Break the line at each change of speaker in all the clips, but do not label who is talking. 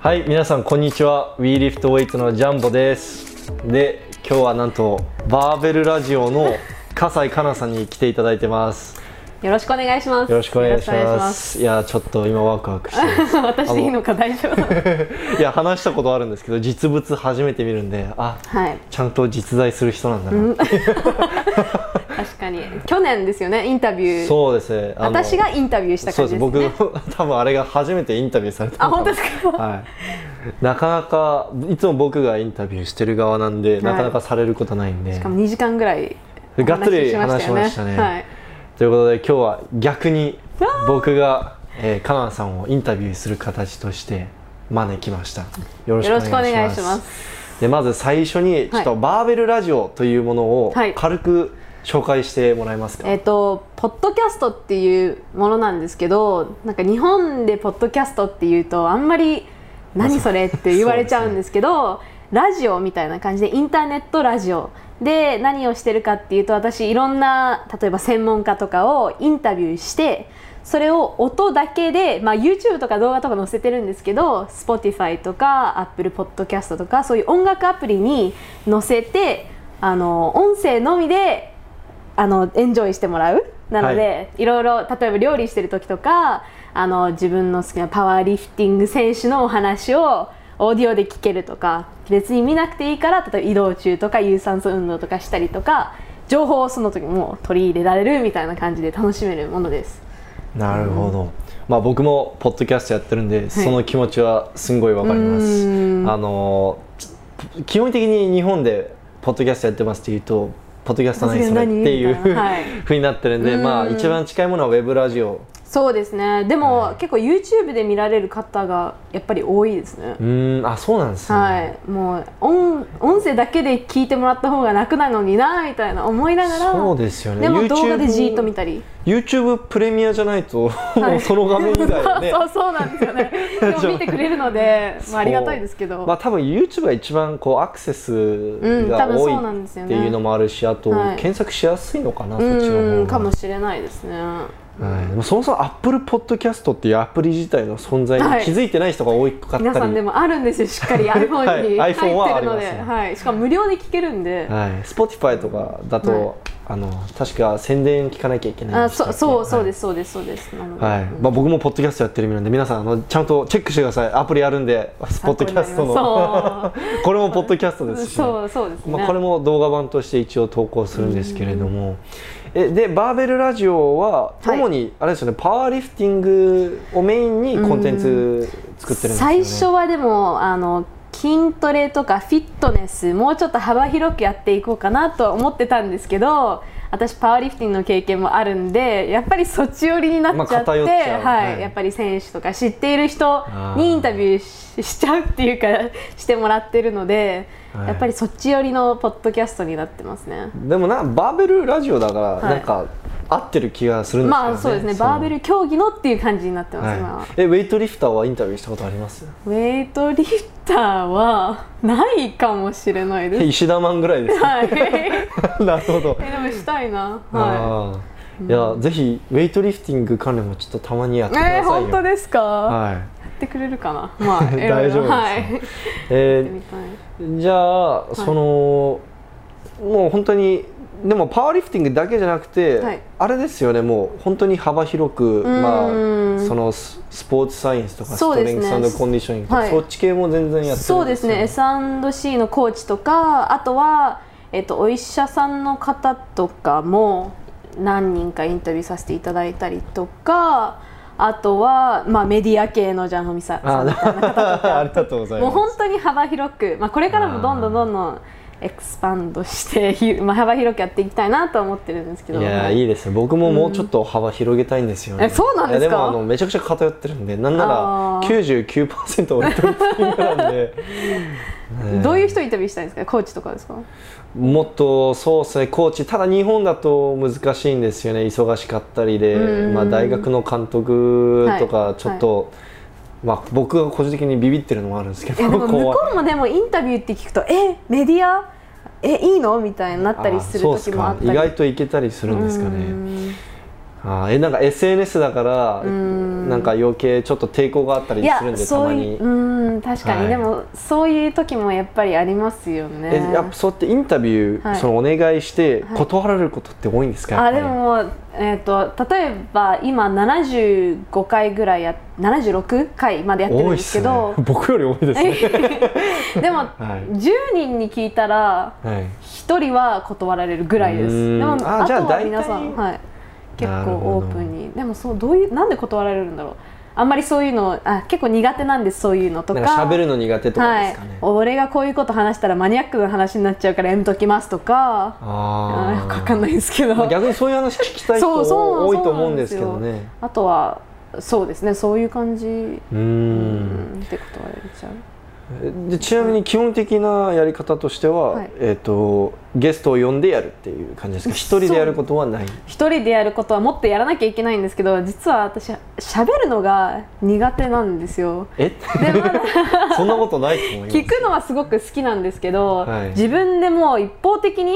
はい皆さんこんにちは WeLiftWeight のジャンボですで今日はなんとバーベルラジオの笠井香奈さんに来ていただいてます
よろしくお願いします。
よろしくお願いします
よろくお
い
願
やちょっと今ワクワクしてま
いします私でいいのか大丈 夫。
すいや話したことあるんですけど実物初めて見るんであ
はい。
ちゃんと実在する人なんだな、
確かに去年ですよねインタビュー。
そうですねあの
私がインタビューした
そう
感
で
じ
す
ですね。
僕 多分あれが初めてインタビューされた
あ
の
本当
も
ですか。
はい、なかなかいつも僕がインタビューしてる側なんで、なかなかされることないんで
しかも2時間ぐらいお
がっつり話しましたねということで今日は逆に僕が、えー、カナンさんをインタビューする形として招きましたよろ
はい。
し
よ
くお
ろしくお
願
願
い
い
し
し
ま
ますす。
でまず最初にちょっとバーベルラジオというものを
はい
軽く紹介してもらえますか、
えっ、とポッドキャストっていうものなんですけど、なんか日本でポッドキャストっていうとあんまり何それって言われちゃうんです けど、ラジオみたいな感じでインターネットラジオで何をしてるかっていうと私いろんな例えば専門家とかをインタビューしてそれを音だけで、まあ、YouTube とか動画とか載せてるんですけど Spotify とか Apple Podcast とかそういう音楽アプリに載せてあの音声のみであのエンジョイしてもらうなので、
はい
ろいろ例えば料理してる時とかあの自分の好きなパワーリフティング選手のお話をオーディオで聞けるとか別に見なくていいから例えば移動中とか有酸素運動とかしたりとか情報をその時もう取り入れられるみたいな感じで楽しめるものです
なるほど、まあ、僕もポッドキャストやってるんで、その気持ちはすんごいわかります
うん
あのち基本的に日本でポッドキャストやってますって言うとポッドキャスト何それっ
何
ていう
みたいなはい
ふうになってるんで、
うん
まあ、一番近いものはウェブラジオ
そうですねでも、結構 YouTube で見られる方がやっぱり多いですね
うーんあそうなんですね、
はい、もう音音声だけで聞いてもらった方が楽なのになみたいな思いながら
そうですよね
でも動画で
YouTube
じーっと見たり
YouTube プレミアじゃないと、もうその画面以外はね
そうそうなんですよ ねでも見てくれるので、まあ、ありがたいですけ
そう
ど、
まあ、多分 YouTube が一番こうアクセスが
うん多分
多い
そうなんですよ
っ
ね
ていうのもあるし、あと、
はい
検索しやすいのかな、そっちの方
うん
が
かもしれないですね
はい、でもそもそも Apple Podcast っていうアプリ自体の存在
は
に
い
気づいてない人が多かったり、
皆さんでもあるんですよしっかり iPhone に
はい
入ってる
iPhone はあり
の
ます
で、
ね
はい、しかも無料で聞けるんで、
はい、Spotify とかだと、
はい
あの確か宣伝聞かなきゃいけない
あ
んでしたっ
そ
け。
そうそうですすそうですそうですなので、
はいはいまあ、僕もポッドキャストやってる身なんで皆さんあのちゃんとチェックしてくださいアプリあるんでポッドキャストのこれもポッドキャストですし、ね
そうそうですね、
まあ、これも動画版として一応投稿するんですけれども、えでバーベルラジオは
はい
主にあれですよね、パワーリフティングをメインにコンテンツ作ってるんですよね、
最初はでもあの筋トレとかフィットネスもうちょっと幅広くやっていこうかなと思ってたんですけど私パワーリフティングの経験もあるんでやっぱりそっち寄りになっちゃって、
まあ偏っちゃう
はい
はい
やっぱり選手とか知っている人
あー
にインタビューししちゃうっていうか してもらってるので、
はい
やっぱりそっち寄りのポッドキャストになってますね。
でもなバーベルラジオだから、
い
なんか合ってる気がするんですよね
まあそうですね
の
バーベル競技のっていう感じになってます、今
は、
はい
えウェイトリフターはインタビューしたことあります
ウェイトリフターはないかもしれないです
え 石田マンぐらいです か
はい。え
なるほど、
でもしたいな。は
あーいやぜひウェイトリフティング関連もちょっとたまにやっ
い。
てくださいよ、
えー、本当ですか、
はい
やってくれるかな。 まあ、いろいろ
大丈夫です
はい。やって
えー
みたい
じゃあ、そのもう本当にでもパワーリフティングだけじゃなくて、
はい
あれですよねもう本当に幅広く、まあ
うん、
そのススポーツサイエンスとかス
そ
ト
うで
レ
す
ン
ね
グスコンディショニングとか、
はい
そっち系も全然やってるんですよ
そうですね。S&C のコーチとか、あとはえっとお医者さんの方とかも何人かインタビューさせていただいたりとか。あとは、まあ、メディア系のジャンホミさんみたい
あ
な方とか
ありがとうござい
もう
ます
本当に幅広く、まあ、これからもどんどんどんどんエクスパンドして、ひまあ、幅広くやっていきたいなと思ってるんですけど
いや
は
ーいいですね僕ももうちょっと幅広げたいんですよね、
えそうなんですか
いやでもあのめちゃくちゃ偏ってるんでなんなら
あー
99%俺トリフティングなんで
どういう人インタビューしたいんですかコーチとかで すか
もっとそうですねコーチただ日本だと難しいんですよね忙しかったりで、
うん
まあ、大学の監督と
は
か
い
ちょっと、まあ、僕が個人的にビビってるのもあるんですけ
いや
ど
でも向
怖い
こうもでもインタビューって聞くとえメディアえいいのみたいになったりする
あそうっ
時もあ
か
ったり
意外といけたりするんですか
う
ね
ん
あーえなんか SNS だから
ん
なんか余計ちょっと抵抗があったり
いや
するんでた
そ
ま
う
に
いううん確かに、
はい
でもそういう時もやっぱりありますよね
えやっぱそうやってインタビュー、
はい
そのお願いして
はい
断られることって多いんですか、や
あで
っぱり
ももう、えー、と例えば今75回ぐらいや76回までやってるん
多い
で
っ
すけ
すね
ど
僕より多いですね
で も、
はい
10人に聞いたら
はい
1人は断られるぐらいで
う
す
ーん
でも
あ
あ
じ
と
ゃあ
は皆さん、
大体
はい、結
なる
構
ほど
オープンにでもそうどういうなんで断られるんだろうあんまりそういうのあ結構苦手なんですそういうのとか
なんか喋るの苦手とかですかね、
はい、俺がこういうこと話したらマニアックな話になっちゃうからやめときますとかあーよ
あ
く
あ
わかんないですけど
まあ逆にそういう話聞きたい人
そうそう
多いと思うんですけどね
あとはそうですねそういう感じ
うーん
うんってことは言っちゃう
でちなみに基本的なやり方としては、
はい
えー、とゲストを呼んでやるっていう感じですか一人でやることはない
一人でやることはもっとやらなきゃいけないんですけど実は私喋るのが苦手なんですよ
え
でまだ
そんなことないと思い ます
聞くのはすごく好きなんですけど、
はい
自分でもう一方的に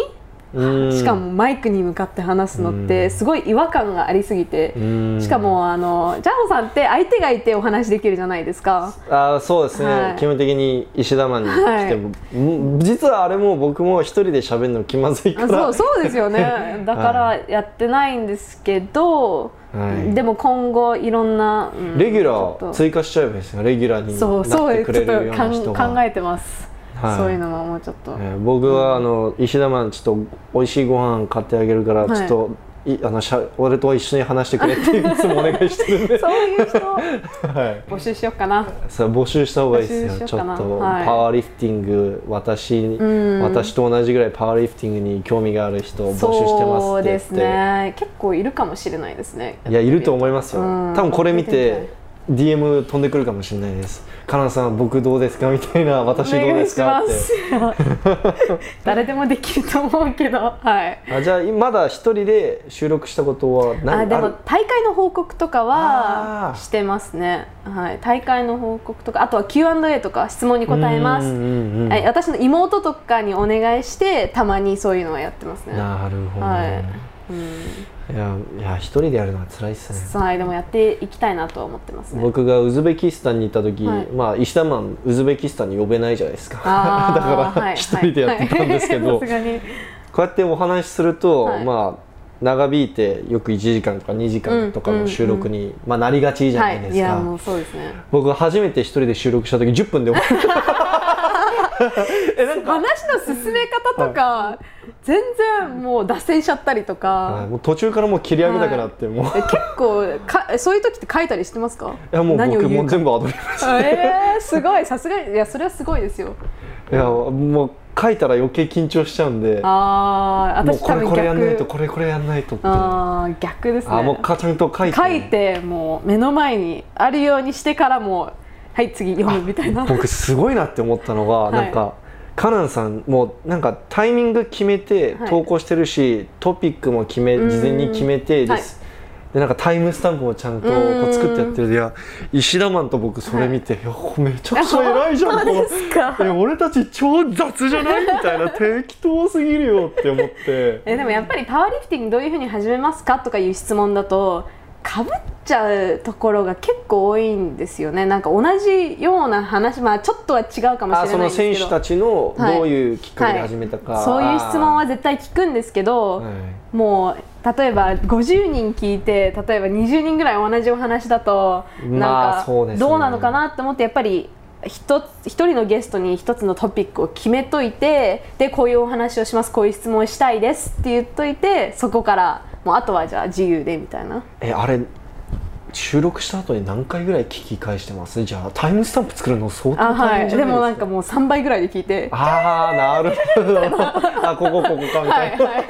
うーん
しかもマイクに向かって話すのってすごい違和感がありすぎて
うーん
しかもあのジャホさんって相手がいてお話できるじゃないですか
あーそうですね、
はい
基本的に石田マンに来ても、うん実はあれも僕も一人で喋るの気まずいか
あ
ら
そうそうで すよねだからやってないんですけど、
はい
でも今後いろんな、うん
レギュ
ち
ラ
ょっと
ー追加しちゃえばいいですねレギュラーに
そうそ
なって
う
く
ちょ
れ
っ
るよう
とか
な人
ん考
が
えてます、
はい
そういうのももうちょっと、
えー僕はあの石田マンちょっと美味しいご飯買ってあげるから、
はい
ちょっといあのしゃ俺と一緒に話してくれっていつもお願いしてるんで、
そういう人
はい、
募集しようかな
さあ募集した方がいいで
募
す
集
よ
し
ち
よ
ょ
うか
っ
な
と、
はい
パワーリフティング私に
うん
私と同じぐらいパワーリフティングに興味がある人を募集して
そう
ま
です
っ
す
て言って
ね結構いるかもしれないですね
いやいると思いますよ
うん
多分これ見
見てみ
て DM 飛んでくるかもしれないですかなさん僕どうですかみたいな私どうですか
お
っ
願い
て
します誰でもできると思うけどはい
あじゃあまだ一人で収録したことはない
あで
る
も大会の報告とか
あ
は
ー
してますね、はい、大会の報告とかあとは Q&A とか質問に答えま
うん
す、
うんうん
はい、私の妹とかにお願いしてたまにそういうのはやってますね
なるほど、
はいい、うん、
やいや一人でやるのは辛いっすね
その間もやっていきたいなとは思ってますね
僕がウズベキスタンに行った時、
はい
まあ石田マンウズベキスタンに呼べないじゃないですか だ
あー
から
はい
一人でやってたんですけど、
はい さすがに
こうやってお話しすると、
はい
まあ長引いてよく1時間とか2時間とかの収録に、まあ、なりがちじゃ
は
ないで
いい
すか、
やもうそうですね
僕初めて一人で収録した時10分で終わるえなんか、
話の進め方とか、全然もう脱線しちゃったりとか、
はいもう途中からもう切り上げたくなって、もう
え結構かそういう時って書いたりしてますか
いやもう
何を
僕
言
も
う
う
か
全部アドリブ
えー、すごいさすがにいやそれはすごいですよ
いやもう書いたら余計緊張しちゃうんで
ああ
もう
私
こ
多
れ
分
これやんないと
逆
これこれやんないとってあ
あー逆ですね
もうかちゃんと書いて
書いてもう目の前にあるようにしてからもうはい次読むみた い な
僕すごいなって思ったのが、
い
なんかカナンさんもうなんかタイミング決めて
はい
投稿してるし、トピックも決め
うーん
事前に決めて
はい
です、でなんかタイムスタンプもちゃんと
う
こ
ーん
う作ってやってるいや石田マンと僕それ見て、いやこれめちゃくちゃ偉いじゃん
あ
この
本当ですか
え俺たち超雑じゃないみたいな適当すぎるよって思って
えでもやっぱりパワーリフティングどういうふうに始めますかとかいう質問だとかぶっちゃうところが結構多いんですよねなんか同じような話まあちょっとは違うかもしれないん
あ
ですけど
その選手たちの
はい
どういうきっかけで始めたか、
そういう質問は絶対聞くんですけど、
はい
もう例えば50人聞いて例えば20人ぐらい同じお話だと
まあ
なんか
そうですね
どうなのかなって思ってやっぱり一つ一人のゲストに一つのトピックを決めといてでこういうお話をしますこういう質問をしたいですって言っといてそこからもうあとはじゃあ自由でみたいな
えあれ収録した後に何回ぐらい聞き返してますじゃあタイムスタンプ作るの相当
あ、は
大変
い、
じゃ
で
ないですか、
もなんかもう3倍ぐらいで聞いて
あーなるほどあここここかみ
は
た
い
いな、
はい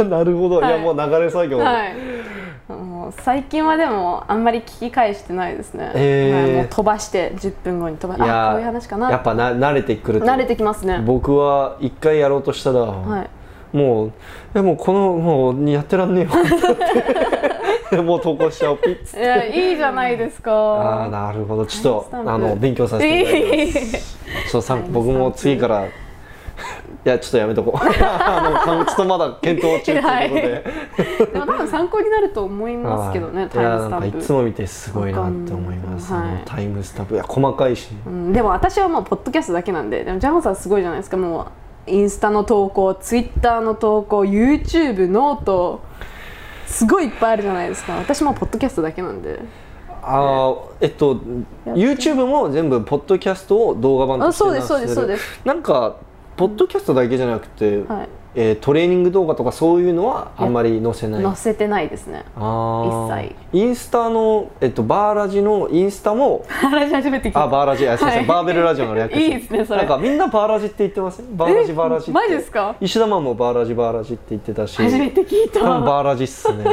なるほど、い、
は
や
い
もう流れ作業、
はいもう最近はでもあんまり聞き返してないですね、
えー
はいもう飛ばして10分後に飛ば
いや
あこういう話かな
やっぱな慣れてくると
慣れてきますね
僕は一回やろうとしたら、
はい
もうでもうこのもうやってらんねえよって もう投稿しちゃおうピッつって
いやいいじゃないです
ああ
か
なるほどちょっ
タ
と
イムスタンプ
あの勉強させていただきますちょっとさん
タイムスタンプ
僕も次からいやちょっとやめと こうもうかんちょっとまだ検討中ということで、
でも多分参考になると思いますけどね、
はい
タイムスタ
いやなん
ン
か
プ
いつも見てすごいなって思います、
わかんない
あのタイムスタンプいや細かいし、ね
うん、でも私はもうポッドキャストだけなんででもジャムさんすごいじゃないですかもうインスタの投稿ツイッターの投稿 YouTube ノートすごいいっぱいあるじゃないですか私もポッドキャストだけなんで
ああえっと
や
YouTube も全部ポッドキャストを動画版として
あそうで
出
す
してる
そうです
なんかポッドキャストだけじゃなくて、
はい
えートレーニング動画とかそういうのはあんまり載せない
載せてないですね
あー
一
インスタの、えっと、バーラジのインスタ も
話し始めてき
あ
た
バーラジあすいません、
はい
バーベルラジオの略
いいですねそれ
なんかみんなバーラジって言ってませんバーラジバーラジって
マジですか
石田マンもバーラジバーラジって言ってたし
初めて聞い
多分
た
バーラジっす ね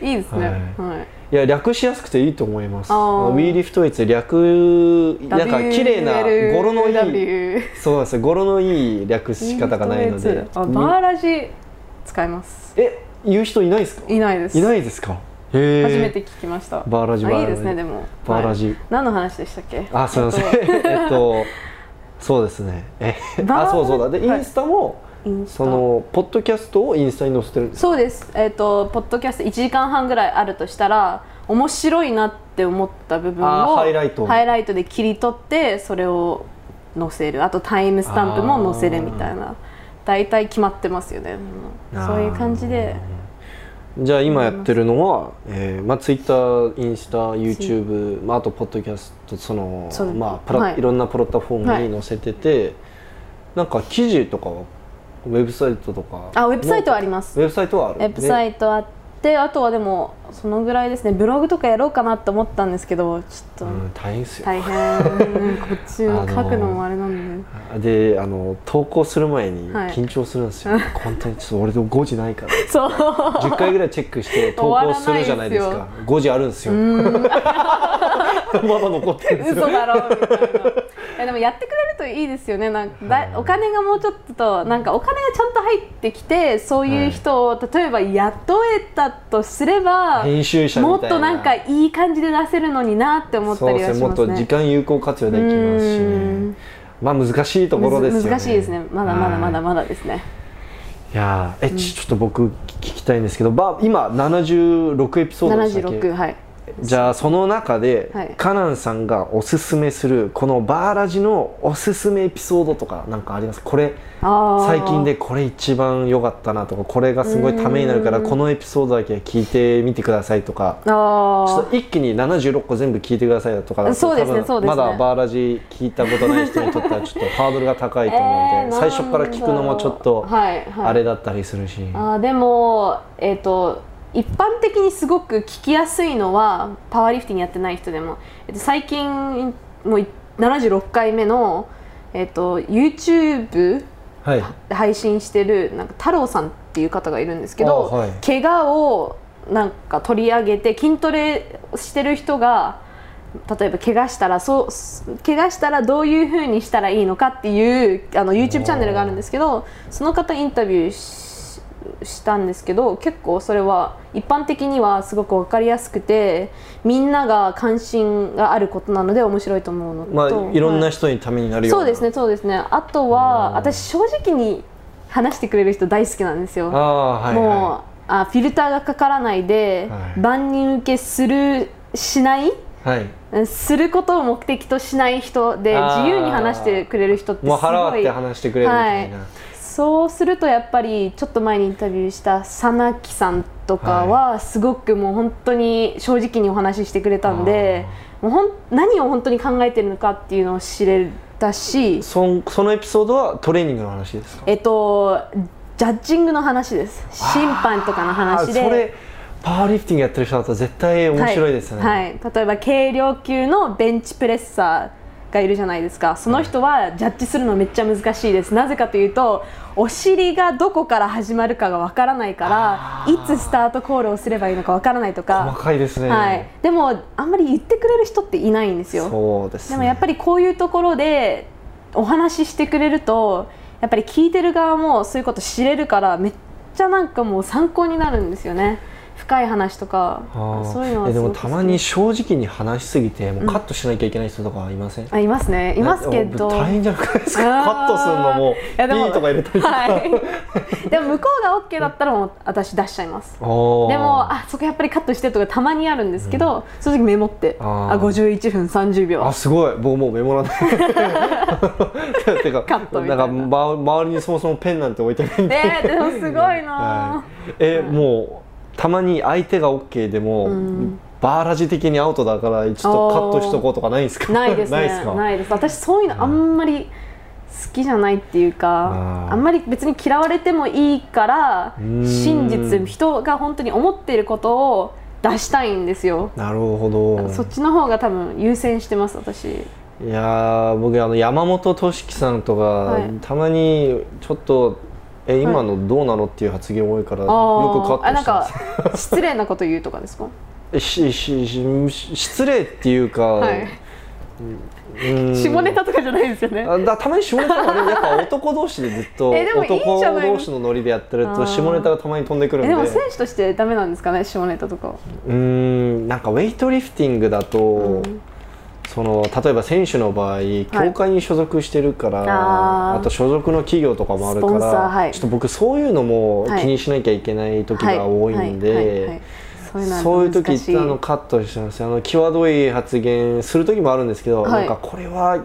いいですねはい、
いや略しやすくていいと思います
あー
w e l i f t i t 略なんか綺麗な語呂のいい
WLW
そうなんですよ語呂のいい略し方がないので
あバ
み
ーラジ使います
え言う人いないですか
いないです
いないですかへえ
初めて聞きました
バーラジ
あ
バーラジ
いいですねでも
バーラジ
はい何の話でしたっけ
あすいませんえっとそうですねえ
バー
あそうそうだでイ
はい
ンスタも、
インスタ
そのポッドキャストをインスタに載せてるんです
そうです、えっとポッドキャスト1時間半ぐらいあるとしたら面白いなって思った部分を
あーハイライト
ハイライトで切り取ってそれを載せるあとタイムスタンプも載せるみたいな大体決まってますよねうん
あー
そういう感じで
じゃあ今やってるのは、えーまあ、Twitter、インスタ、YouTube、まあ、あとポッドキャストその
そうです
まあプラ
はい
いろんなプラットフォー
は
ム
い
に載せてて、なんか記事とかはウェブサイトとか
あウェブサイトはあ
り
ります
ウェブサイトはある
ウェブサ
イ
イトあってあとはでもそのぐらいですねブログとかやろうかなと思ったんですけどちょっと
うん、大変ですよ、
大変、うんこっちを書くのもあれなんで
であの投稿する前に
はい
緊張するんですよ、 本当にちょっと俺でも5時ないから
そう
10回ぐらいチェックして投稿するじゃないです
終わ
か5時あるんですよ まだ残ってるんです
嘘
よ
だろみたいなえでもやってくれるといいですよねなんかだお金がもうちょっとなんかお金がちゃんと入ってきてそういう人を例えば雇えたとすれば、
編集者みたいな
もっとなんかいい感じで出せるのになって思っ
そ
た
う
り
です
は
ね
し
もっ
ます
と時
ね。
間有効活用できますし
う
ね
ん
まあ難しいところですよね
むず難しいですねまだまだまだ
はい
まだですね、
いやーえちちょっと僕聞きたいんですけどば今76エピソードでしたっ
76
け
はい
じゃあその中で、
はい
カナンさんがおすすめするこのバーラジのおすすめエピソードとかなんかありますこれ
あー
最近でこれ一番良かったなとかこれがすごいためになるからこのエピソードだけ聞いてみてくださいとか
あ
ちょ
ー
っと一気に76個全部聞いてくださいだとかだと
そうですね
多分
そうですね
まだバーラジ聞いたことない人にとってはちょっとハードルが高いと思うんで、
えー
最初から聞くのもちょっと
はいはい
あれだったりするし、
あーでも、えー、と一般的にすごく聞きやすいのはパワーリフティングやってない人でも、えっと最近もう76回目の、えっと YouTube
はい、
で配信してるなんか太郎さんっていう方がいるんですけど、
あはい
怪我をなんか取り上げて筋トレしてる人が例えば怪我したらそうす怪我したらどういうふうにしたらいいのかっていうあの YouTube チャンネルがあるんですけどその方インタビューししたんですけど結構それは一般的にはすごく分かりやすくてみんなが関心があることなので面白いと思うのと、
まあいろん
は
な人にためになるよう
そ
な
うですねそうですねあと
う
は
ん
私正直に話してくれる人大好きなんですよ
ああはい、はい、
もうあフィルターがかからないで、
はい
万人受けするしない
はい、
うんすることを目的としない人で
あー
自由に話してくれる人ってす
も
ご
う
い
腹割って話してくれるみたいな、
はそうするとやっぱりちょっと前にインタビューしたさなきさんとかはすごくもう本当に正直にお話ししてくれたんでもうほん何を本当に考えてるのかっていうのを知れたし
そんそのエピソードはトレーニングの話ですか
えっと、ジャッジングの話です。審判とかの
あ
話で。
それパワーリフティングやってる人だと絶対面白いですね、
はい、はい例えば軽量級のベンチプレッサーがいるじゃないですかその人はジャッジするのめっちゃ難しいですなぜかというとお尻がどこから始まるかがわからないからいつスタートコールをすればいいのかわからないとか
細かいですね、
はい、でもあんまり言ってくれる人っていないんですよ
そうですね
でもやっぱりこういうところでお話ししてくれるとやっぱり聞いてる側もそういうこと知れるからめっちゃなんかもう参考になるんですよね深い話とか
あー
そういうのは
え
す
で
ご
も
く好き
たまに正直に話しすぎてもうカットしなきゃいけない人とかいません、
あいますねいますけど
大変じゃないですか
あー
カットするのも
いやでも
いいとか入れたりとか、
はい、でも向こうが OK だったらもう私出しちゃいます
おー
でもあそこやっぱりカットしてとかたまにあるんですけど、そういう時メモって
あー
あ51分30秒
あすごい僕もうメ モらないてか
カットみたいな
か、
ん
ま、周りにそもそもペンなんて置いてないんで、
えー、でもすごい
は
な、
い、え、もうたまに相手が OK でも、バーラジ的にアウトだからちょっとカットしとこうとかないんですか
ないです ね
ないですか
私そういうのあんまり好きじゃないっていうか、
あー
あんまり別に嫌われてもいいから
ーん
真実人が本当に思っていることを出したいんですよ、
なるほど
そっちの方が多分優先してます私
いやー僕あの山本俊樹さんとか、
い
たまにちょっと「え今のどうなの?」っていう発言多いから、よくカ
あーあ
ット
な
し
ん
てま
か
す
失礼なこと言うとかですか
しししし失礼っていうか、
はい、
うん
下ネタとかじゃないですよね
あだたまに下ネタがねやっぱ男同士でずっと
えでもいいじゃない
男同士のノリでやってる
あ
と
ー
下ネタがたまに飛んでくるん
え
で
でも選手としてダメなんですかね下ネタとか
うーんなんかウェイトリフティングだと、その例えば選手の場合協会に所属してるから、
あー
あと所属の企業とかもあるか
スポンサ
ら、
ーはい
ちょっと僕そういうのも
はい
気にしなきゃいけない時が多いん
はいはいはいは
で
い。そういうのは
そういう時
難
っ
してい
あのカットしてますあの際どい発言する時もあるんですけど、
はい
なんかこれは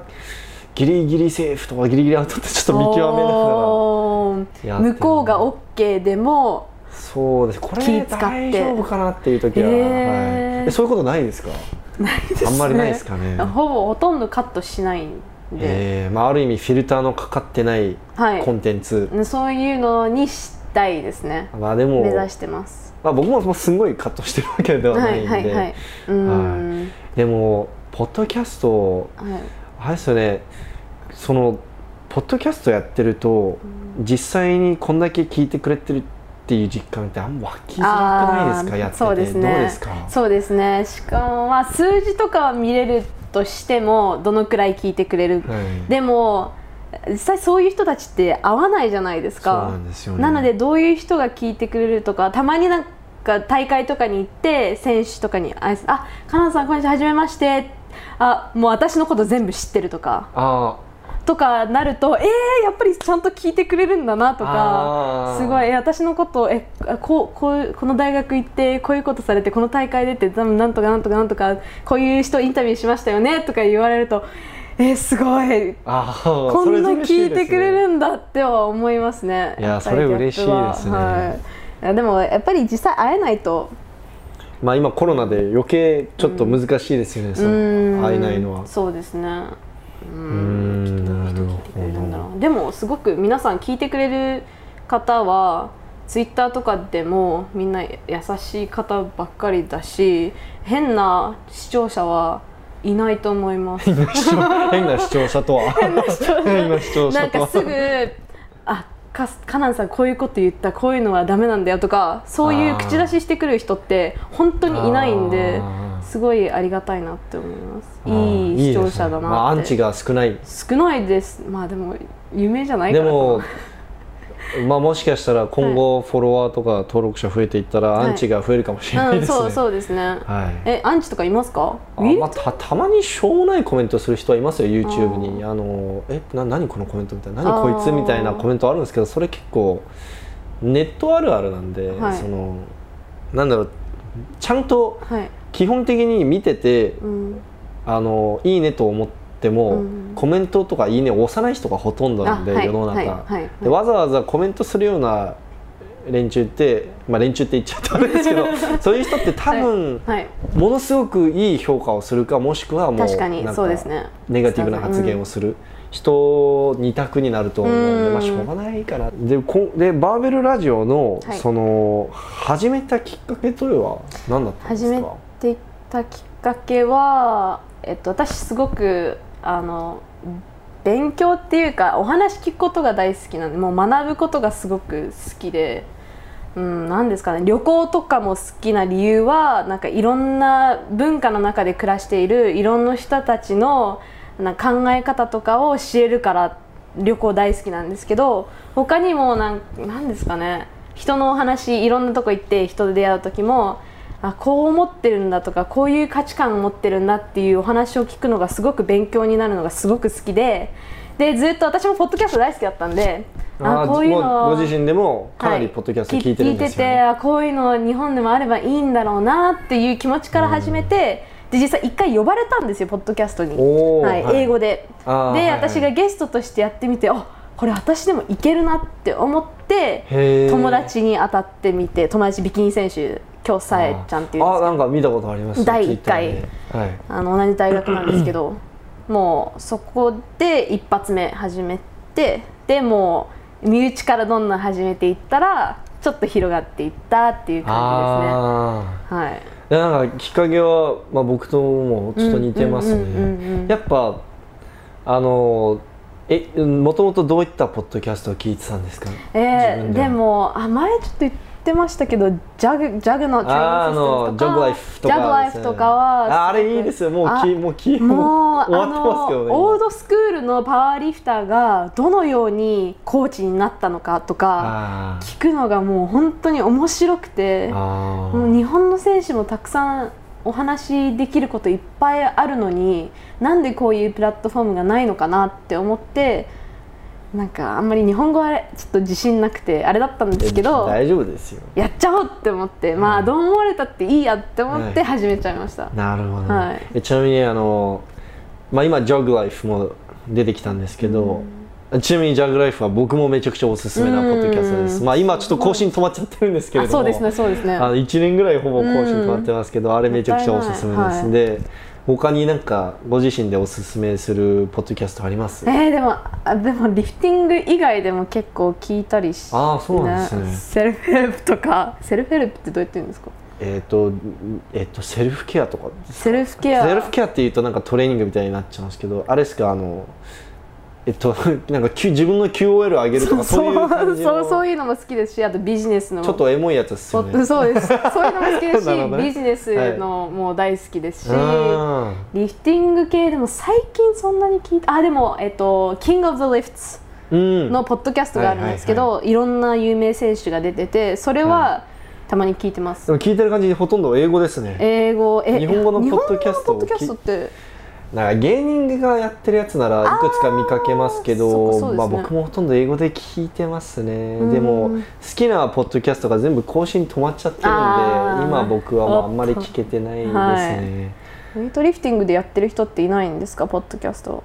ギリギリセーフとかギリギリアウトってちょっと見極めなが
おー
やってる
向こうが OK でも
らそうですこ
気
れ
使っ
大
て
丈夫かなっていう時は、
へー
はいえそういうことないですか
ないですね
あんまりないですかね
ほぼほとんどカットしないんで、
えーまあ、ある意味フィルターのかかってない
はい
コンテンツ、
そういうのにしたいですね
まあでも
目、指してます
まあ、僕もすごいカットしてるわけでは
は
ない
い
ん
はい
で、
はいうん
でもポッドキャスト
はい
あれですよねそのポッドキャストやってると、実際にこんだけ聞いてくれてるっていう実感ってあんま湧きづらくないですか
あー
やってて
そうですね
どうですか
そうですねしかもまあ数字とかは見れるとしてもどのくらい聞いてくれる、
はい
でも実際そういう人たちって合わないじゃないです
そう
か
なんですよね
なのでどういう人が聞いてくれるとかたまになんか大会とかに行って選手とかに挨拶あカナダさんこんにちははじめまして」あもう私のこと全部知ってるとか
あ
とかなるとえー、やっぱりちゃんと聞いてくれるんだなと
あ
か
ー
すごいえ私のことえあこうこういうこの大学行ってこういうことされてこの大会出て多分なんとかなんとかなんとかこういう人インタビューしましたよねとか言われるとえー、すごい
ーあー
こ
それ
んな
嬉し
聞い
ですね
てくれるんだっては思いますね。
いや
っぱりギャップ
それ嬉しいですね
ははいいやでもやっぱり実際会えないと
まあ今コロナで余計ちょっと難しいですよね、その会えないのは
そうですね。
うんなるほ
なんだ
ど
ろうでもすごく皆さん聞いてくれる方はツイッターとかでもみんな優しい方ばっかりだし変な視聴者はいないと思います
変な視聴者とは変な視聴
な
者
ん
と
か
は
すぐあかカナンさんこういうこと言ったこういうのはダメなんだよとかそういう
あー
口出ししてくる人って本当にいないんで
あー
すごいありがたいなって思います
あー
いい視聴
いい
者だなって
ですねまあ、アンチが少ない
少ないですまあでも夢じゃないか
で
らかな
もまあもしかしたら今後フォロワーとか登録者増えていったら
はい
アンチが増えるかもしれない
うん、
ですね、
そうそうですね、
はい
えアンチとかいますか
あ
ウィル
まあ、たたまにしょうもないコメントする人はいますよ YouTube にあのえな何このコメントみたいな
あ
何
ー
こいつみたいなコメントあるんですけどそれ結構ネットあるあるなんで、
はい
そのなんだろうちゃんと
はい、
基本的に見てて
うん、
あのいいねと思っても、
うん
コメントとかいいねを押さない人がほとんどなんで、
あはい
世の中、
はいはい
でわざわざコメントするような連中って、まあ、連中って言っちゃったんですけ どそういう人って多分、
はい、
ものすごくいい評価をするかもしくはもう
確かに
なん
そうですね
ネガティブな発言をする人二択になると思うんで、
うん
まあ、しょうがないかなでこでバーベルラジオの,、
はい
その始めたきっかけというのは何だったんで
始
す
め
か
ていったきっかけは、えっと、私すごくあの勉強っていうかお話聞くことが大好きなんでもう学ぶことがすごく好きで。うん、なんですかね旅行とかも好きな理由はなんかいろんな文化の中で暮らしているいろんな人たちのなんか考え方とかを知れるから旅行大好きなんですけど他にもなんなんですかね人のお話いろんなとこ行って人と出会う時もあこう思ってるんだとかこういう価値観を持ってるんだっていうお話を聞くのがすごく勉強になるのがすごく好きででずっと私もポッドキャスト大好きだったんであ
ー
こういうの
ごご自身でもかなりポッドキャスト聞いてるんですよ、ね
はい聞いててあこういうの日本でもあればいいんだろうなっていう気持ちから始めて、で実際一回呼ばれたんですよポッドキャストに、
おー
はい
はい
英語でで、
あーはいはい
私がゲストとしてやってみてあこれ私でもいけるなって思って
へー
友達に当たってみて友達ビキニ選手今日さえちゃんっていうんです
あなんか見たことあります
第一
Twitter ではい
あの同じ大学なんですけどもうそこで一発目始めてでもう身内からどんどん始めていったらちょっと広がっていったっていう感
あ
じですねはい
あーでなんかきっかけは、まあ、僕ともちょっと似てます
うんうんうんう
ね
ん
やっぱあのえもともとどういったポッドキャストを聞いてたんですか
えー、
自分は
でもあ前ちょっと言ってましたけどジャグジャグのトレ
あーあ
ーニン
の
グシステ
ジョブライフと
ムとかジ
か
ャブライフとかは
ああれいいですよもう
あ
きもうき
も
も
う
う終わってますけど
あのオー
ね
ルドスクールのパワーリフターがどのようにコーチになったのかとか
あー
聞くのがもう本当に面白くて
あ
もう
ー
日本の選手もたくさんお話しできることいっぱいあるのになんでこういうプラットフォームがないのかなって思ってなんかあんまり日本語はちょっと自信なくてあれだったんですけど
大丈夫ですよ
やっちゃおうって思ってまあどう思われたっていいやって思って始めちゃいました。
なるほど、
はい
えちなみにあの、まあ、今ジャグライフも出てきたんですけど、ちなみにジャグライフは僕もめちゃくちゃおすすめなポッドキャストです、まあ、今ちょっと更新止まっちゃってるんですけれ
あ
ども
そうですねそうですね
あの1年ぐらいほぼ更新止まってますけど、あれめちゃくちゃおすすめです、
もっ
で他になんかご自身でおすすめするポッドキャストあります
えー、でもあでもリフティング以外でも結構聞いたりし
あーそうなんですね
セルフヘルプとかセルフヘルプってどうやって言うんですか
えっ、と,、えっとセルフケアとか
セルフケア
セルフケアっていうとなんかトレーニングみたいになっちゃうんですけどあれですかあのえっと なんか Q 自分の QOL 上げるとかそういう感じの
そうそういうのも好きですしあとビジネスのも
ちょっとエモいやつですよね
おそうですそういうのも好きで す
なるほど
し
ね
ビジネスのも大好きですし、
あ
リフティング系でも最近そんなに聞いてあでもえっと「キング・オブ・ザ・リフト」
ーうん
のポッドキャストがあるんですけど、いろんな有名選手が出ててそれはたまに聞いてます
でも聞いてる感じほとんど英語ですね
英語え
日本語のポッドキャストを
日本語のポッド
聞
キャストって
なんか芸人がやってるやつならいくつか見かけますけ
あーそ
ど
っかそうですね
まあ、僕もほとんど英語で聞いてますね
ん
でも好きなポッドキャストが全部更新止まっちゃってるの
あー
で今僕はもうあんまり聞けてないですね、
はウェイトリフティングでやってる人っていないんですかポッドキャスト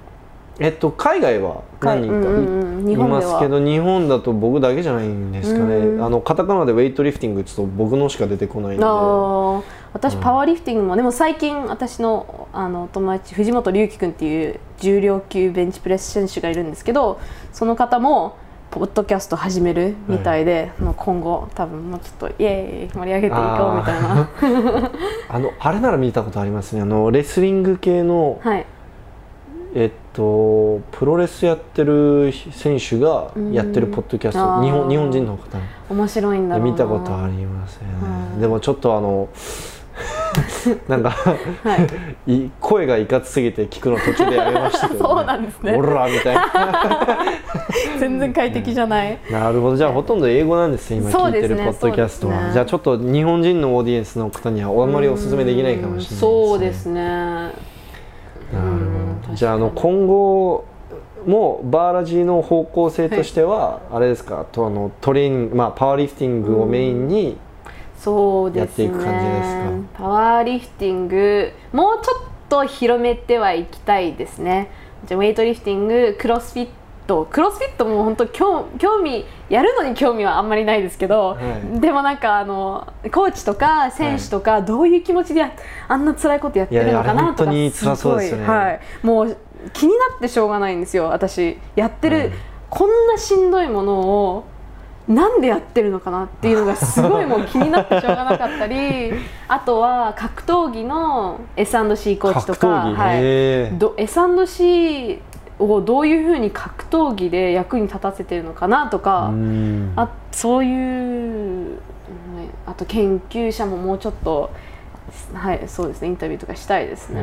えっと、海外は何人
海うんうんうん
かい
日
い
本では
ますけど日本だと僕だけじゃないんですかね、
うん
あのカタカナでウェイトリフティングちょっと僕のしか出てこないの
あー私パワーリフティングも、でも最近私のあの友達藤本龍樹君っていう重量級ベンチプレス選手がいるんですけどその方もポッドキャスト始めるみたいで、もう今後多分もうちょっとイエーイ盛り上げていこうみたいな
であのあれなら見たことありますねあのレスリング系の、
はい
えっと、プロレスやってる選手がやってるポッドキャス
うんあ
ト
ー
日本日本人の方
面白いんだ
で
ろうな
見たことありますね
うん
でもちょっとあ のなんか
はい、
い声がいかつすぎて聞くの途中でやめましたけど、
そうなんですね
オラみたいな
全然快適じゃない、
なるほどじゃあほとんど英語なんですね今
そ
聞
う
い
で
て
す
る
ね
ポッドキャスト
そ
は、
うですね
じゃあちょっと日本人のオーディエンスの方にはあんまりおすすめできないかもしれないです、ね、
そうですね
なる
うん
ほ
確か
ど
に
じゃああの今後もバーラジの方向性としては、あれですかとあのトレーニング、まあ、パワーリフティングをメインに、
そうですね
やっていく感じです
パワーリフティングもうちょっと広めてはいきたいですねじゃあウェイトリフティングクロスフィットクロスフィットも本当興興味やるのに興味はあんまりないですけど、
はい
でもなんかあのコーチとか選手とかどういう気持ちでやあんな辛いことやってる
いや
のか
いや
な
本
と
当
か
に辛そうですよね
ごいはい、もう気になってしょうがないんですよ私やってる、
うん
こんなしんどいものをなんでやってるのかなっていうのがすごいもう気になってしょうがなかっ たりあとは格闘技の S&C コーチと
格
か、
闘技、
は
へ
い、
ー
ど S&C をどういうふうに格闘技で役に立たせてるのかなとか、
うん
あそういううんあと研究者ももうちょっと、はい、そうですねインタビューとかしたいですね。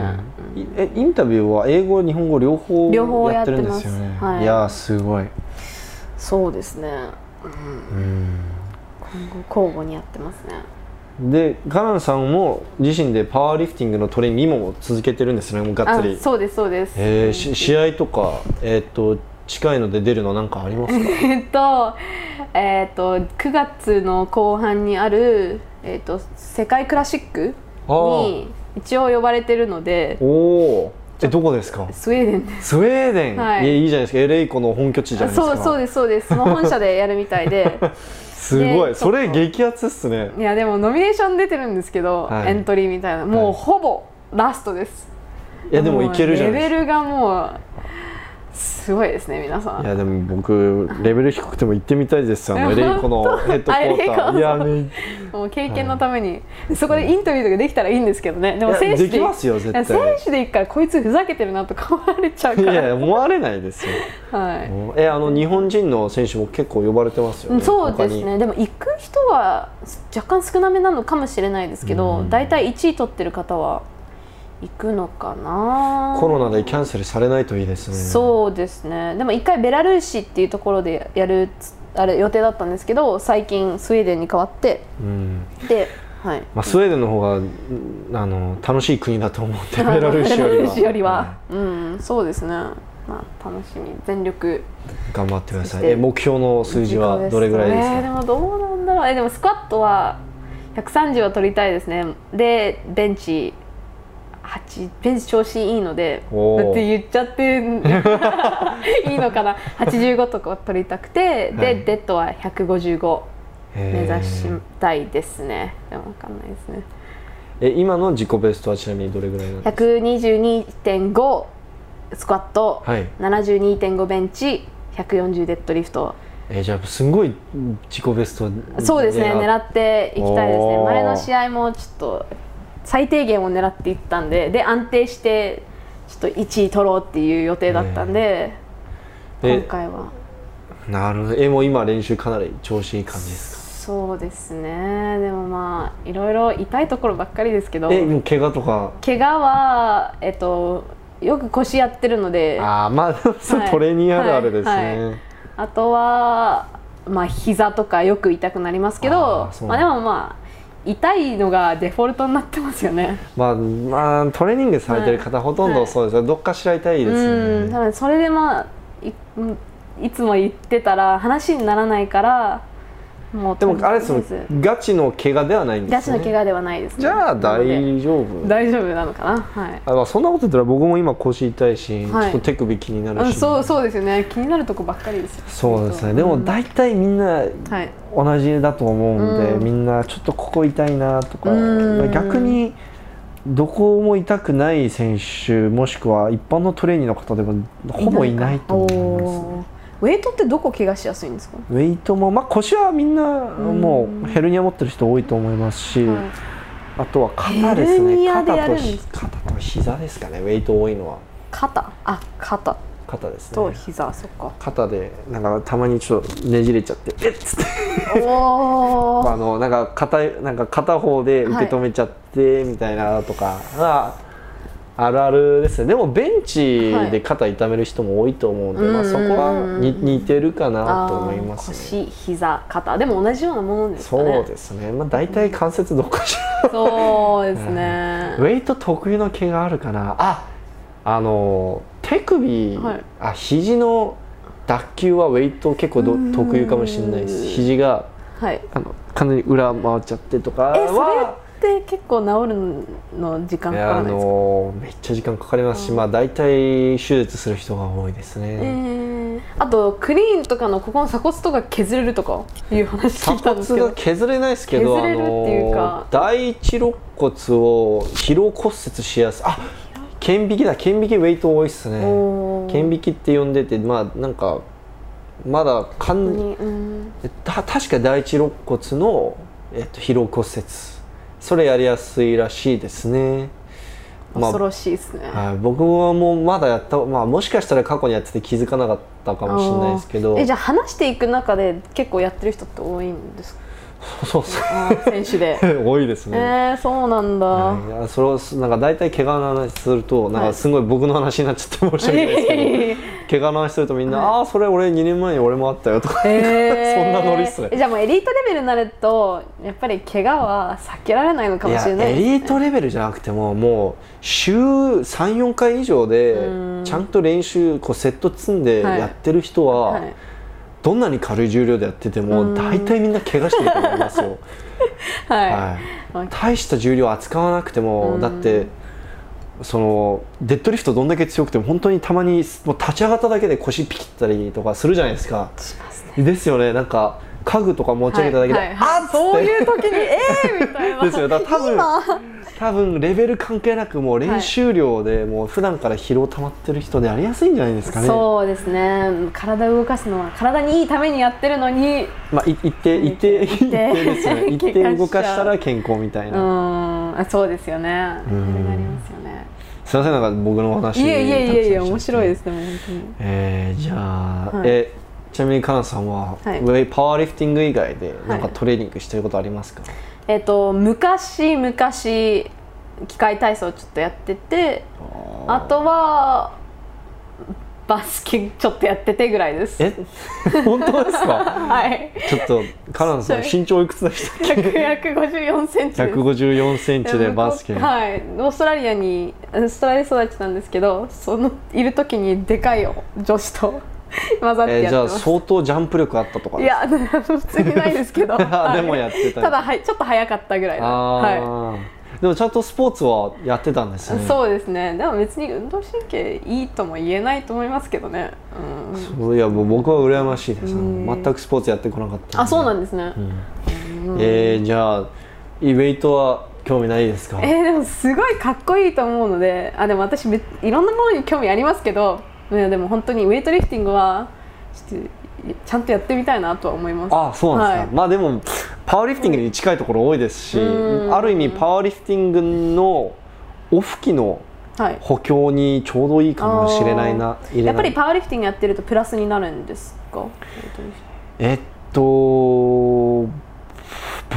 うん
いえインタビューは英語日本語両方
両方や
や
っ
ってて
ま
る
す
んですよね
はい
いやーすごい、
そうですね、
うん、
交互にやってますね
でガランさんも自身でパワーリフティングのトレーニングも続けてるんですねもうがっ
あ
つり
そうですそうです
えーし試合とか、えー、と近いので出るのなんかありますか
えっと、えっと、9月の後半にある、えっと、世界クラシック
あー
に一応呼ばれてるので
おおえどこですか
スウェーデンで
スウェーデン、
はい
いや、いいじゃないですかエレイコの本拠地じゃないです
そ
か
うそうですそうですその本社でやるみた いで
すご
で
いそれ激アツっすね
いやでもノミネーション出てるんですけど、
はい
エントリーみたいなも
は
う
い
ほぼラストです
いやでもいけるじゃな
もうレ
い
ベ
で
ルがもうすごいですね皆さ
すかい
ん
やでも僕レベル低くても行ってみたいですあのエレイコのヘッドコ
あエレイ
ー
コ
ターいやめ
もう経験のために、そこでインタビューとかできたらいいんですけどねでも
いや
選手
できますよ絶対
選手で行くからこいつふざけてるなとか思われちゃう
い
から
や思われないですよ
はい
えあの日本人の選手も結構呼ばれてますよね
そう
他
で
に
すねでも行く人は若干少なめなのかもしれないですけど
うん
大体、1位取ってる方は行くのかな
コロナでキャンセルされないといいですね
そうですねでも1回ベラルーシっていうところでやるつあれ予定だったんですけど最近スウェーデンに変わって
う、ん
で、はい、
まあ、スウェーデンの方がうんあの楽しい国だと思 ってベラルーシよりは
ベラルうんそうですねまあ楽しみ全力
うん頑張ってくださ
そ
い
して
え目標の数字はどれぐらいです
え
か
ーでもどうなんだろうえでもスクワットは130は取りたいですねでベンチ8ベンチ調子いいので
おー
だって言っちゃって いいのかな85とか取りたくてで、
はい
デッドは155目
へー
指したいですねでも分かんないですね
え今の自己ベストはちなみにどれぐらいなんですか
122.5スクワット、
はい
72.5ベンチ140デッドリフト
えーじゃあすんごい自己ベスト
そうですね、狙
っ
っていきたいですね、
おー
前の試合もちょっと最低限を狙っていったんで、で安定して、ちょっと1位取ろうっていう予定だったんで、今回は、
なるほどえもう今練習かなり調子いい感じですか
そうですね、でもまあ、いろいろ痛いところばっかりですけど、
えもう怪我とか
怪我は、えっと、よく腰やってるので、あ
ああまあでもそ
は
れ
い
トレーニングあるあるですね、
はいはとは、まあ膝とかよく痛くなりますけど
あー、そう
まあ、でもまあ、痛いのがデフォルトになってますよね。
まあまあトレーニングされてる方ほとんどそうですよどっかしら痛いです
うん、
ね
多分それでまあいうんいつも言ってたら話にならないからもう
でもあれです
と
も
りあえず
んガチの怪我ではないんで
ガ
す
チ
よ
の
ね
怪我ではないです、ね、
じゃあ
なので
大丈夫
大丈夫なのかなはい
あまあそんなこと言ったら僕も今腰痛いし、
はい
ちょっと手首気にな
う
る
ん
し
そうそうですよね気になるとこばっかりですよ
そうですねでも大体みんな
はい
同じだと思うんで、
うん
みんなちょっとここ痛いなとか、
うん
逆にどこも痛くない選手もしくは一般のトレーニーの方でもほぼいないと思いますね、
おーウェイトってどこ怪我しやすいんですか、
ウェイトも、まあ、腰はみんなもうヘルニア持ってる人多いと思いますし、
はい
あとは肩です
ヘル
ね
ニアでや
肩と
るんで
ひ
す
肩と膝ですかねウェイト多いのは
肩あ肩
肩です
と
ね
膝、そっか
肩でなんかたまにちょっとねじれちゃってえっつって
おお
あのなんか片いなんか片方で受け止めちゃってみたいなとか、まああるあるですねでもベンチで肩痛める人も多いと思うので、
はい
まあ、そこ
うんうんう
は
ん
に似てるかな
あ
と思い
ー
ますね。
腰膝肩でも同じようなものですかね
そうですね、まあ、大体関節どっかしら
そうですね
ウェイト特有の毛があるかなああの手首、
はい
あ肘の脱臼はウェイト結構ど
うん
特有かもしれないです肘が
はい
あの完全に裏回っちゃってとか
えそ
は
れって結構治るの時間
い
か
や
か
あ
らないですか、
のめっちゃ時間かかりますし、まあ、大体手術する人が多いです
え
ね、
ーあとクリーンとかのここの鎖骨とか削れるとかいう話聞いたん
鎖
ですけ
骨が
ど
削れないですけど
削れるっていうか
あの第一肋骨を疲労骨折しやすいあ顕微鏡だ顕微鏡ウェイト多いっすね
おー
顕微鏡って呼んでてまあなんかまだかん、
うん
た確か第一肋骨の、えっと、疲労骨折それやりやすいらしいですねまあ
恐ろしいですね、
はい、僕はもうまだやった、まあ、もしかしたら過去にやってて気づかなかったかもしれないですけど
あーえじゃあ話していく中で結構やってる人って多いんですか
そう そ
あー選手で
う多いです
え
ね、
ー、そうなんだ、
はいいやそれをなんか大体怪我の話するとなん
は
か
い
すごい僕の話になっちゃって申し訳ないですけど、 怪我の人とみんな、ああーそれ俺2年前に俺もあったよとか、 そんなノリっすね
えじゃあもうエリートレベルになるとやっぱり怪我は避けられないのかもしれない
やエ
ですね
リートレベルじゃなくてももう週34回以上で
うん
ちゃんと練習こうセット積んで
はい
やってる人は、
はい
どんなに軽い重量でやってて
うん
も大体みんな怪我してると思いますよ、
は
はい、大した重量扱わなくても、
うん
だってそのデッドリフトどんだけ強くても本当にたまにもう立ち上がっただけで腰ピキったりとかするじゃないですか
いしますね
ですよねなんか家具とか持ち上げただけで、
はいはい
あっつって
そういう時にええー、みたいな
ですよだから多分
今
多分レベル関係なくもう練習量でもう普段から疲労溜まってる人でありやすいんじゃないですかね、
そうですね体を動かすのは体にいいためにやってるのに
まあい一定一定一定ですよね一
怪我しちゃ
定
う
動かしたら健康みたいうな、
んあそうですよねそれ
ん
がありますよね
すいませんなんか僕の話
いえいえいえいえ面白いですすね本当に
えー、じゃあ、
はい
えちなみにカナンさんは、
はい
ウェイパワーリフティング以外でなんか
はい
トレーニングしてることありますか、
えっ、と昔昔機械体操をちょっとやっててあとはバスケちょっとやっててぐらいです
え 本当ですか
はい
ちょっとカナンさん
そ
身長いくつでしたっけ
154センチです
154センチでバスケ、
はいオーストラリアにオーストラリア育ちなんですけどそのいる時にでかい女子と 混ざっ
え
て
ーじ
やって
ゃあ
ます、
相当ジャンプ力あったとか
いや 普通にないですけど
あでもや
っ
ってた
ただはいちょっと早かったぐらいのは
あー、でもちゃんとスポーツはやってたんです
い、
ね
そうですねでも別に運動神経いいとも言えないと思いますけどね、うん、
そういやもう僕は羨ましいです、
うん
全くスポーツやってこなかった
あそうなん
で、
んですね、
うんえーじゃあイベイトは興味ないですか
えーでもすごいかっこいいと思うのであでも私めいろんなものに興味ありますけどいやでも本当にウェイトリフティングはちょっとちゃんとやってみたいなとは思います
あそうなんですか、
はい
まあでもパワーリフティングに近いところ多いですし
うん
ある意味パワーリフティングのオフ期の
はい
補強にちょうどいいかもしれないな
あー
入れない
やっぱりパワーリフティングやってるとプラスになるんですかウェイトリフテ
えっと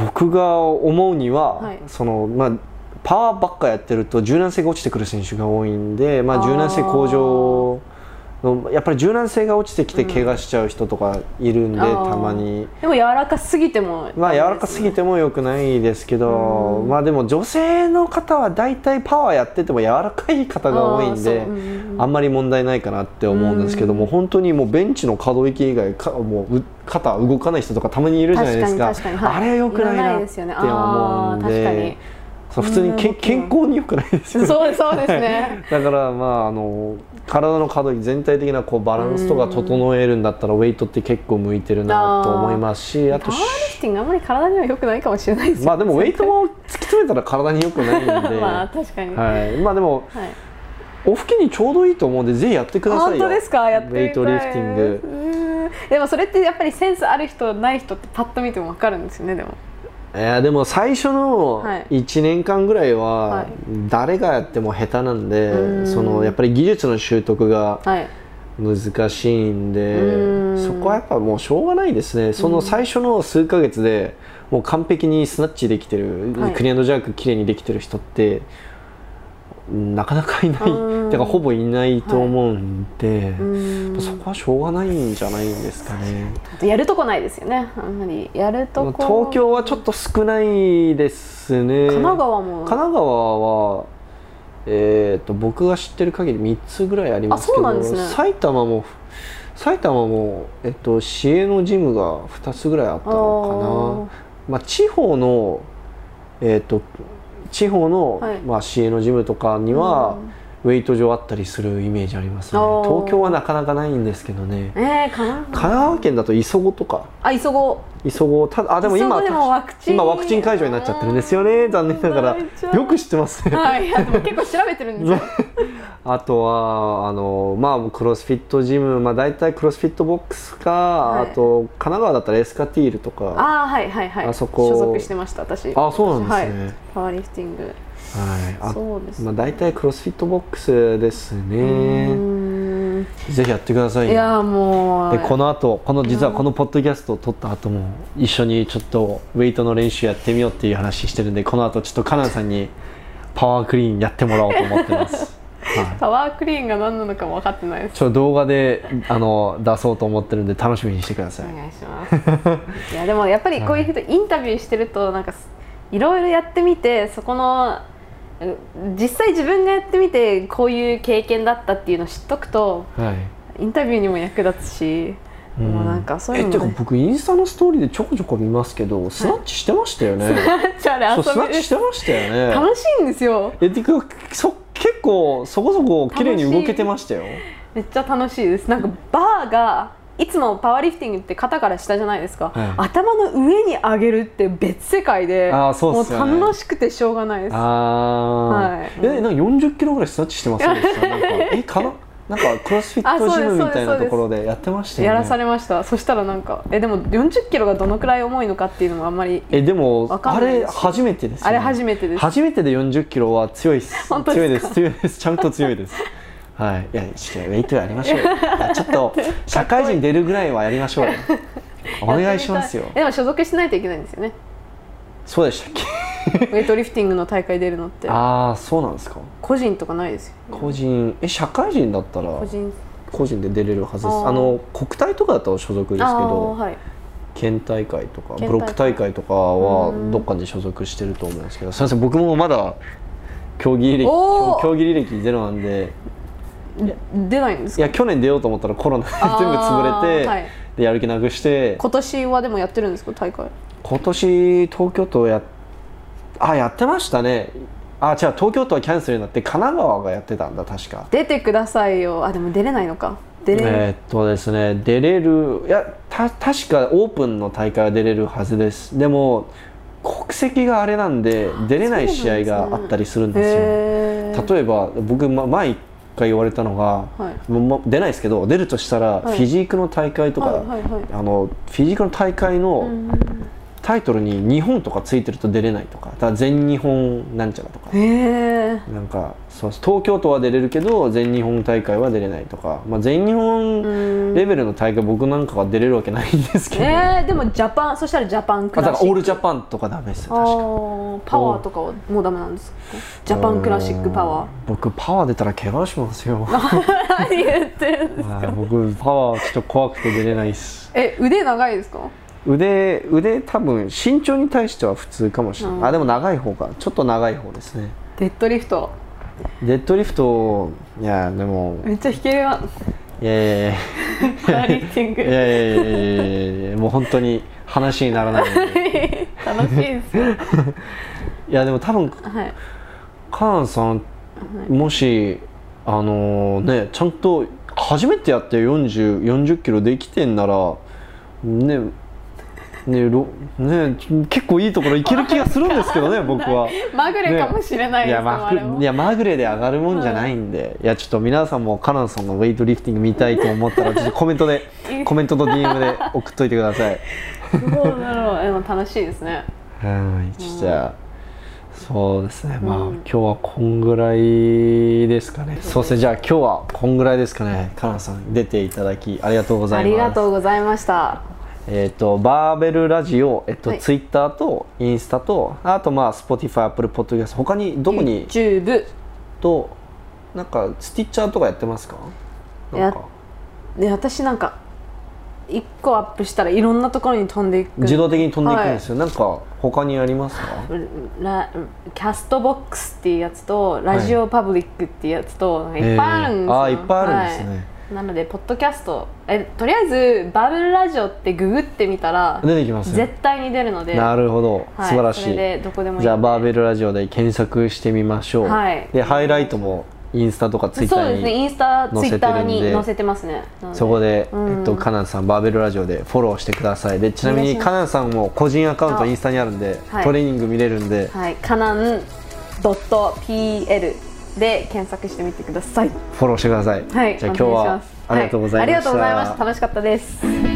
僕が思うには、
はい
そのまあパワーばっかやってると柔軟性が落ちてくる選手が多いんで、まあ、
あー
柔軟性向上のやっぱり柔軟性が落ちてきて怪我しちゃう人とかいるんで、
あー
たまに
ィングでも柔らかすぎても
まあ柔らかすぎても良くないですけど、まあでも女性の方は大体パワーやってても柔らかい方が多いんで
あーそううん
あんまり問題ないかなって思うんですけども、本当にもうベンチの可動域以外かもうう肩動かない人とかたまにいるじゃないですか
確かに確かにはい
あれは良くない
いら
な
な
っ
いです
て
よね
思うん
あー確か
で
に
そう普通にけ
うん
健康に良くないですよね
そうそうです ね
だからまああの体の可動域全体的なこうバランスとか整えるんだったらウェイトって結構向いてるなと思いますしあ
パ
と
ワーリフティングあんまり体には良くないかもしれないですよ
まあでもウェイトも突き詰めたら体に良くないんで、
まあ確かに
はい、まあでも
はい
オフ期にちょうどいいと思うんでぜひやってくださいよ
本当ですかやってみたい
ウェイトリフティング
うーんでもそれってやっぱりセンスある人ない人ってパッと見ても分かるんですよねでも
えーでも最初の
はい
1年間ぐらい
は
はい誰がやっても下手なんで、
うん
そのやっぱり技術の習得が
はい
難しいん
う
で
ん
そこはやっぱもうしょうがないですねその最初の数ヶ月でもう完璧にスナッチできてる、
はい
クリアンドジャーク綺麗にできてる人ってなかなかいない
うん
てかほぼいないと思うんで、
うーん
そこはしょうがないんじゃないんですかね。
あとやるとこないですよねあんまりやるとこ
東京はちょっと少ないですね。
神奈川も
神奈川は、えー、と僕が知ってる限り3つぐらいありますけ
あそうなん
ど、
ですね
埼玉も埼玉も、えっと市営のジムが2つぐらいあったのかな、まあ、地方の、えー、と地方の、
はい
まあ、市営のジムとかには、ウェイト場あったりするイメージありますね
あー
東京はなかなかないんですけどね
ええー、神奈
神奈川県だと磯子とか
川あ急ご
磯子ただあでも今
磯子でもワクチン
今ワクチン会場になっちゃってるんですよね残念なが
うわ一
ら
応
よく知ってますね
うはいい やでも結構調べてるんですよ
あとはあの、まあ、クロスフィットジム、まあ、大体クロスフィットボックスか、
はい
あと神奈川だったらエスカティールとか
ああはいはいはい
あそこ
所属してました私
あそうなんですね
はい、パワーリフティング
はいあ
そうです
まあ、
ね
大体クロスフィットボックスです
う
ね
ーん
ぜひやってください
い
よ
やーもう
でこの後この実はこのポッドキャストを撮った後も一緒にちょっとウェイトの練習やってみよう っていう話してるんでこの後ちょっとカナンさんにパワークリーンやってもらおうと思ってますはい
パワークリーンが何なのかも分かってないです
ちょ動画であの出そうと思ってるんで楽しみにしてください
お願いしま すいやでもやっぱりこういう人インタビューしてるとなんかすいろいろやってみてそこのう実際自分がやってみてこういう経験だったっていうのを知っとくと
はい
インタビューにも役立つし、
うん
もうなんかそうい
え
う
てか
のも、ね、
僕インスタのストーリーでちょこちょこ見ますけどスナッチしてましたよね、
じゃああ
そう
れ
スナ
遊
ッチ
び
してましたよね
楽しいんですよ
えてかそ結構そこそこ綺麗に動けてましたよ
めっちゃ楽しいですなんかバーがいつもパワーリフティングって肩から下じゃないですか、
はい
頭の上に上げるって別世界で
あーそうっすよね
もう楽しくてしょうがないです
ああ、
はい
えなんか40キロぐらいスナッチ してますよねなんかえかななんかクロスフィットジムみたいなところでやってましたよね
やらされましたそしたらなんかえでも4 0キロがどのくらい重いのかっていうのもあんまり
えでも
わか
あ
んない
れ
です
初めてです、ね、
あれ初めてです
初めてで40キロは強いっす
本当です
強いです強いですちゃんと強いです はいいやちょっとウェイトやりましょうよいやちょっ と社会人出るぐらいはやりましょうよお願いしますよ
えでも所属しないといけないんですよ ね
そうで したっけ
ウェイトリフティングの大会出るのって
ああそうなんですか
個人とかないですよ
個人え社会人だったら
個人です
個人で出れるはずです
あー
あの国体とかだと所属ですけど
はい、
県大会とか
県大会
ブロック大会とかはどっかに所属してると思うんですけどすいません僕もまだ競技履歴
おー
競技履歴ゼロなんで
出ないんです
い
か
や去年出ようと思ったらコロナで 全部
あー
潰れて、
はい
でやる気なくして
今年はでもやってるんですか大会
今年東京都やあやってましたねあ違う東京都はキャンセルになって神奈川がやってたんだ確か
出てくださいよあでも出れないのか出れる、
えーっとですね出れるいやた確かオープンの大会は出れるはずですでも国籍があれなんで出れない試合があったりするんですよ
へー
例えば僕、ま、前一回言われたのが、
はい
もうもう出ないですけど出るとしたら、
はい
フィジークの大会とか、
はいはいはい
あのフィジークの大会
う
の
ん
タイトルに日本とかついてると出れないとかだから全日本なんちゃらとか
へえ
なんかそう東京都は出れるけど全日本大会は出れないとか、まあ、全日本レベルの大会僕なんかは出れるわけないんですけど、あ
えー、でもジャパンそしたらジャパンク
だか
ラ
ら
シ
オー
ック
ルジャパンとかダメですよ
あ
確か
ーパワーとかはもうダメなんですかジャパンクラシックパワー
僕パワー出たら怪我しますよ
何 言ってるんです
はい僕パワーちょっと怖くて出れないです
え腕長いですか
腕腕多分身長に対しては普通かもしれない、
うん
あでも長い方かちょっと長い方ですね
デッドリフト
デッドリフトいやでも
めっちゃ弾けるわ
いやいやいや
パワーリフティン
い
グ
やいやいやいやいやいやもう本当に話にな らないんで
楽しいですよ
いやでも多分
はい
カーンさんもしあのねちゃんと初めてやって40 40キロできてんならねねろね結構いいところいける気がするんですけどね僕は。
まぐれかもしれない
い
です
や
よ、
ま
あれも
ぐいやまぐれで上がるもんじゃないんで、い、やちょっと皆さんもカナンさんのウェイトリフティング見たいと思ったらちょっとコメント でコメントと DM で送っといてください
どうだろうでも楽しいですね
はいちょっとじゃあ、そうですねまあ、
うん
今日はこんぐらいですかねそうですねじゃあ今日はこんぐらいですかねカナンさん出ていただきありがとうござ
あ
います
りがとうございました
えっ、とバーベルラジオえっと、
はい
ツイッターとインスタとあとまあ Spotify アップルポッドキャスト他にどこに
YouTube
となんかスティッチャーとかやってますかなんか
やで私なんか一個アップしたらいろんなところに飛んでいく
自動的に飛んでいくんですよ、なんか他にありますか
ラキャストボックスっていうやつとラジオパブリックっていうやつと、なんかいっぱいあるんで
え
すよ、
ーあーいっぱいあるんですね
はいなのでポッドキャストえとりあえずバブルラジオってググってみたら
出てきますよ
絶対に出るので
なるほど、
はい
素晴らし
それ
い
でどこでもいい
じゃあバーベルラジオで検索してみましょう、
はい
でハイライトもインスタとかツイッタ
そう
ー
です
に
ねインスタツ
載
イ
せ
ッ
て
タ
る
ー
んで
に載せてますねなの
そこで、
うん
えっと、カナンさんバーベルラジオでフォローしてくださいでちなみ
お願
に
いします
カナンさんも個人アカウント
あ
インスタにあるんで、
はい
トレーニング見れるんで、
はいカナン .pl で検索してみてください
フォローしてください、
はい
じゃあ今日
お願いしま
は
す
ありがとうございました、
はありがとうございました楽しかったです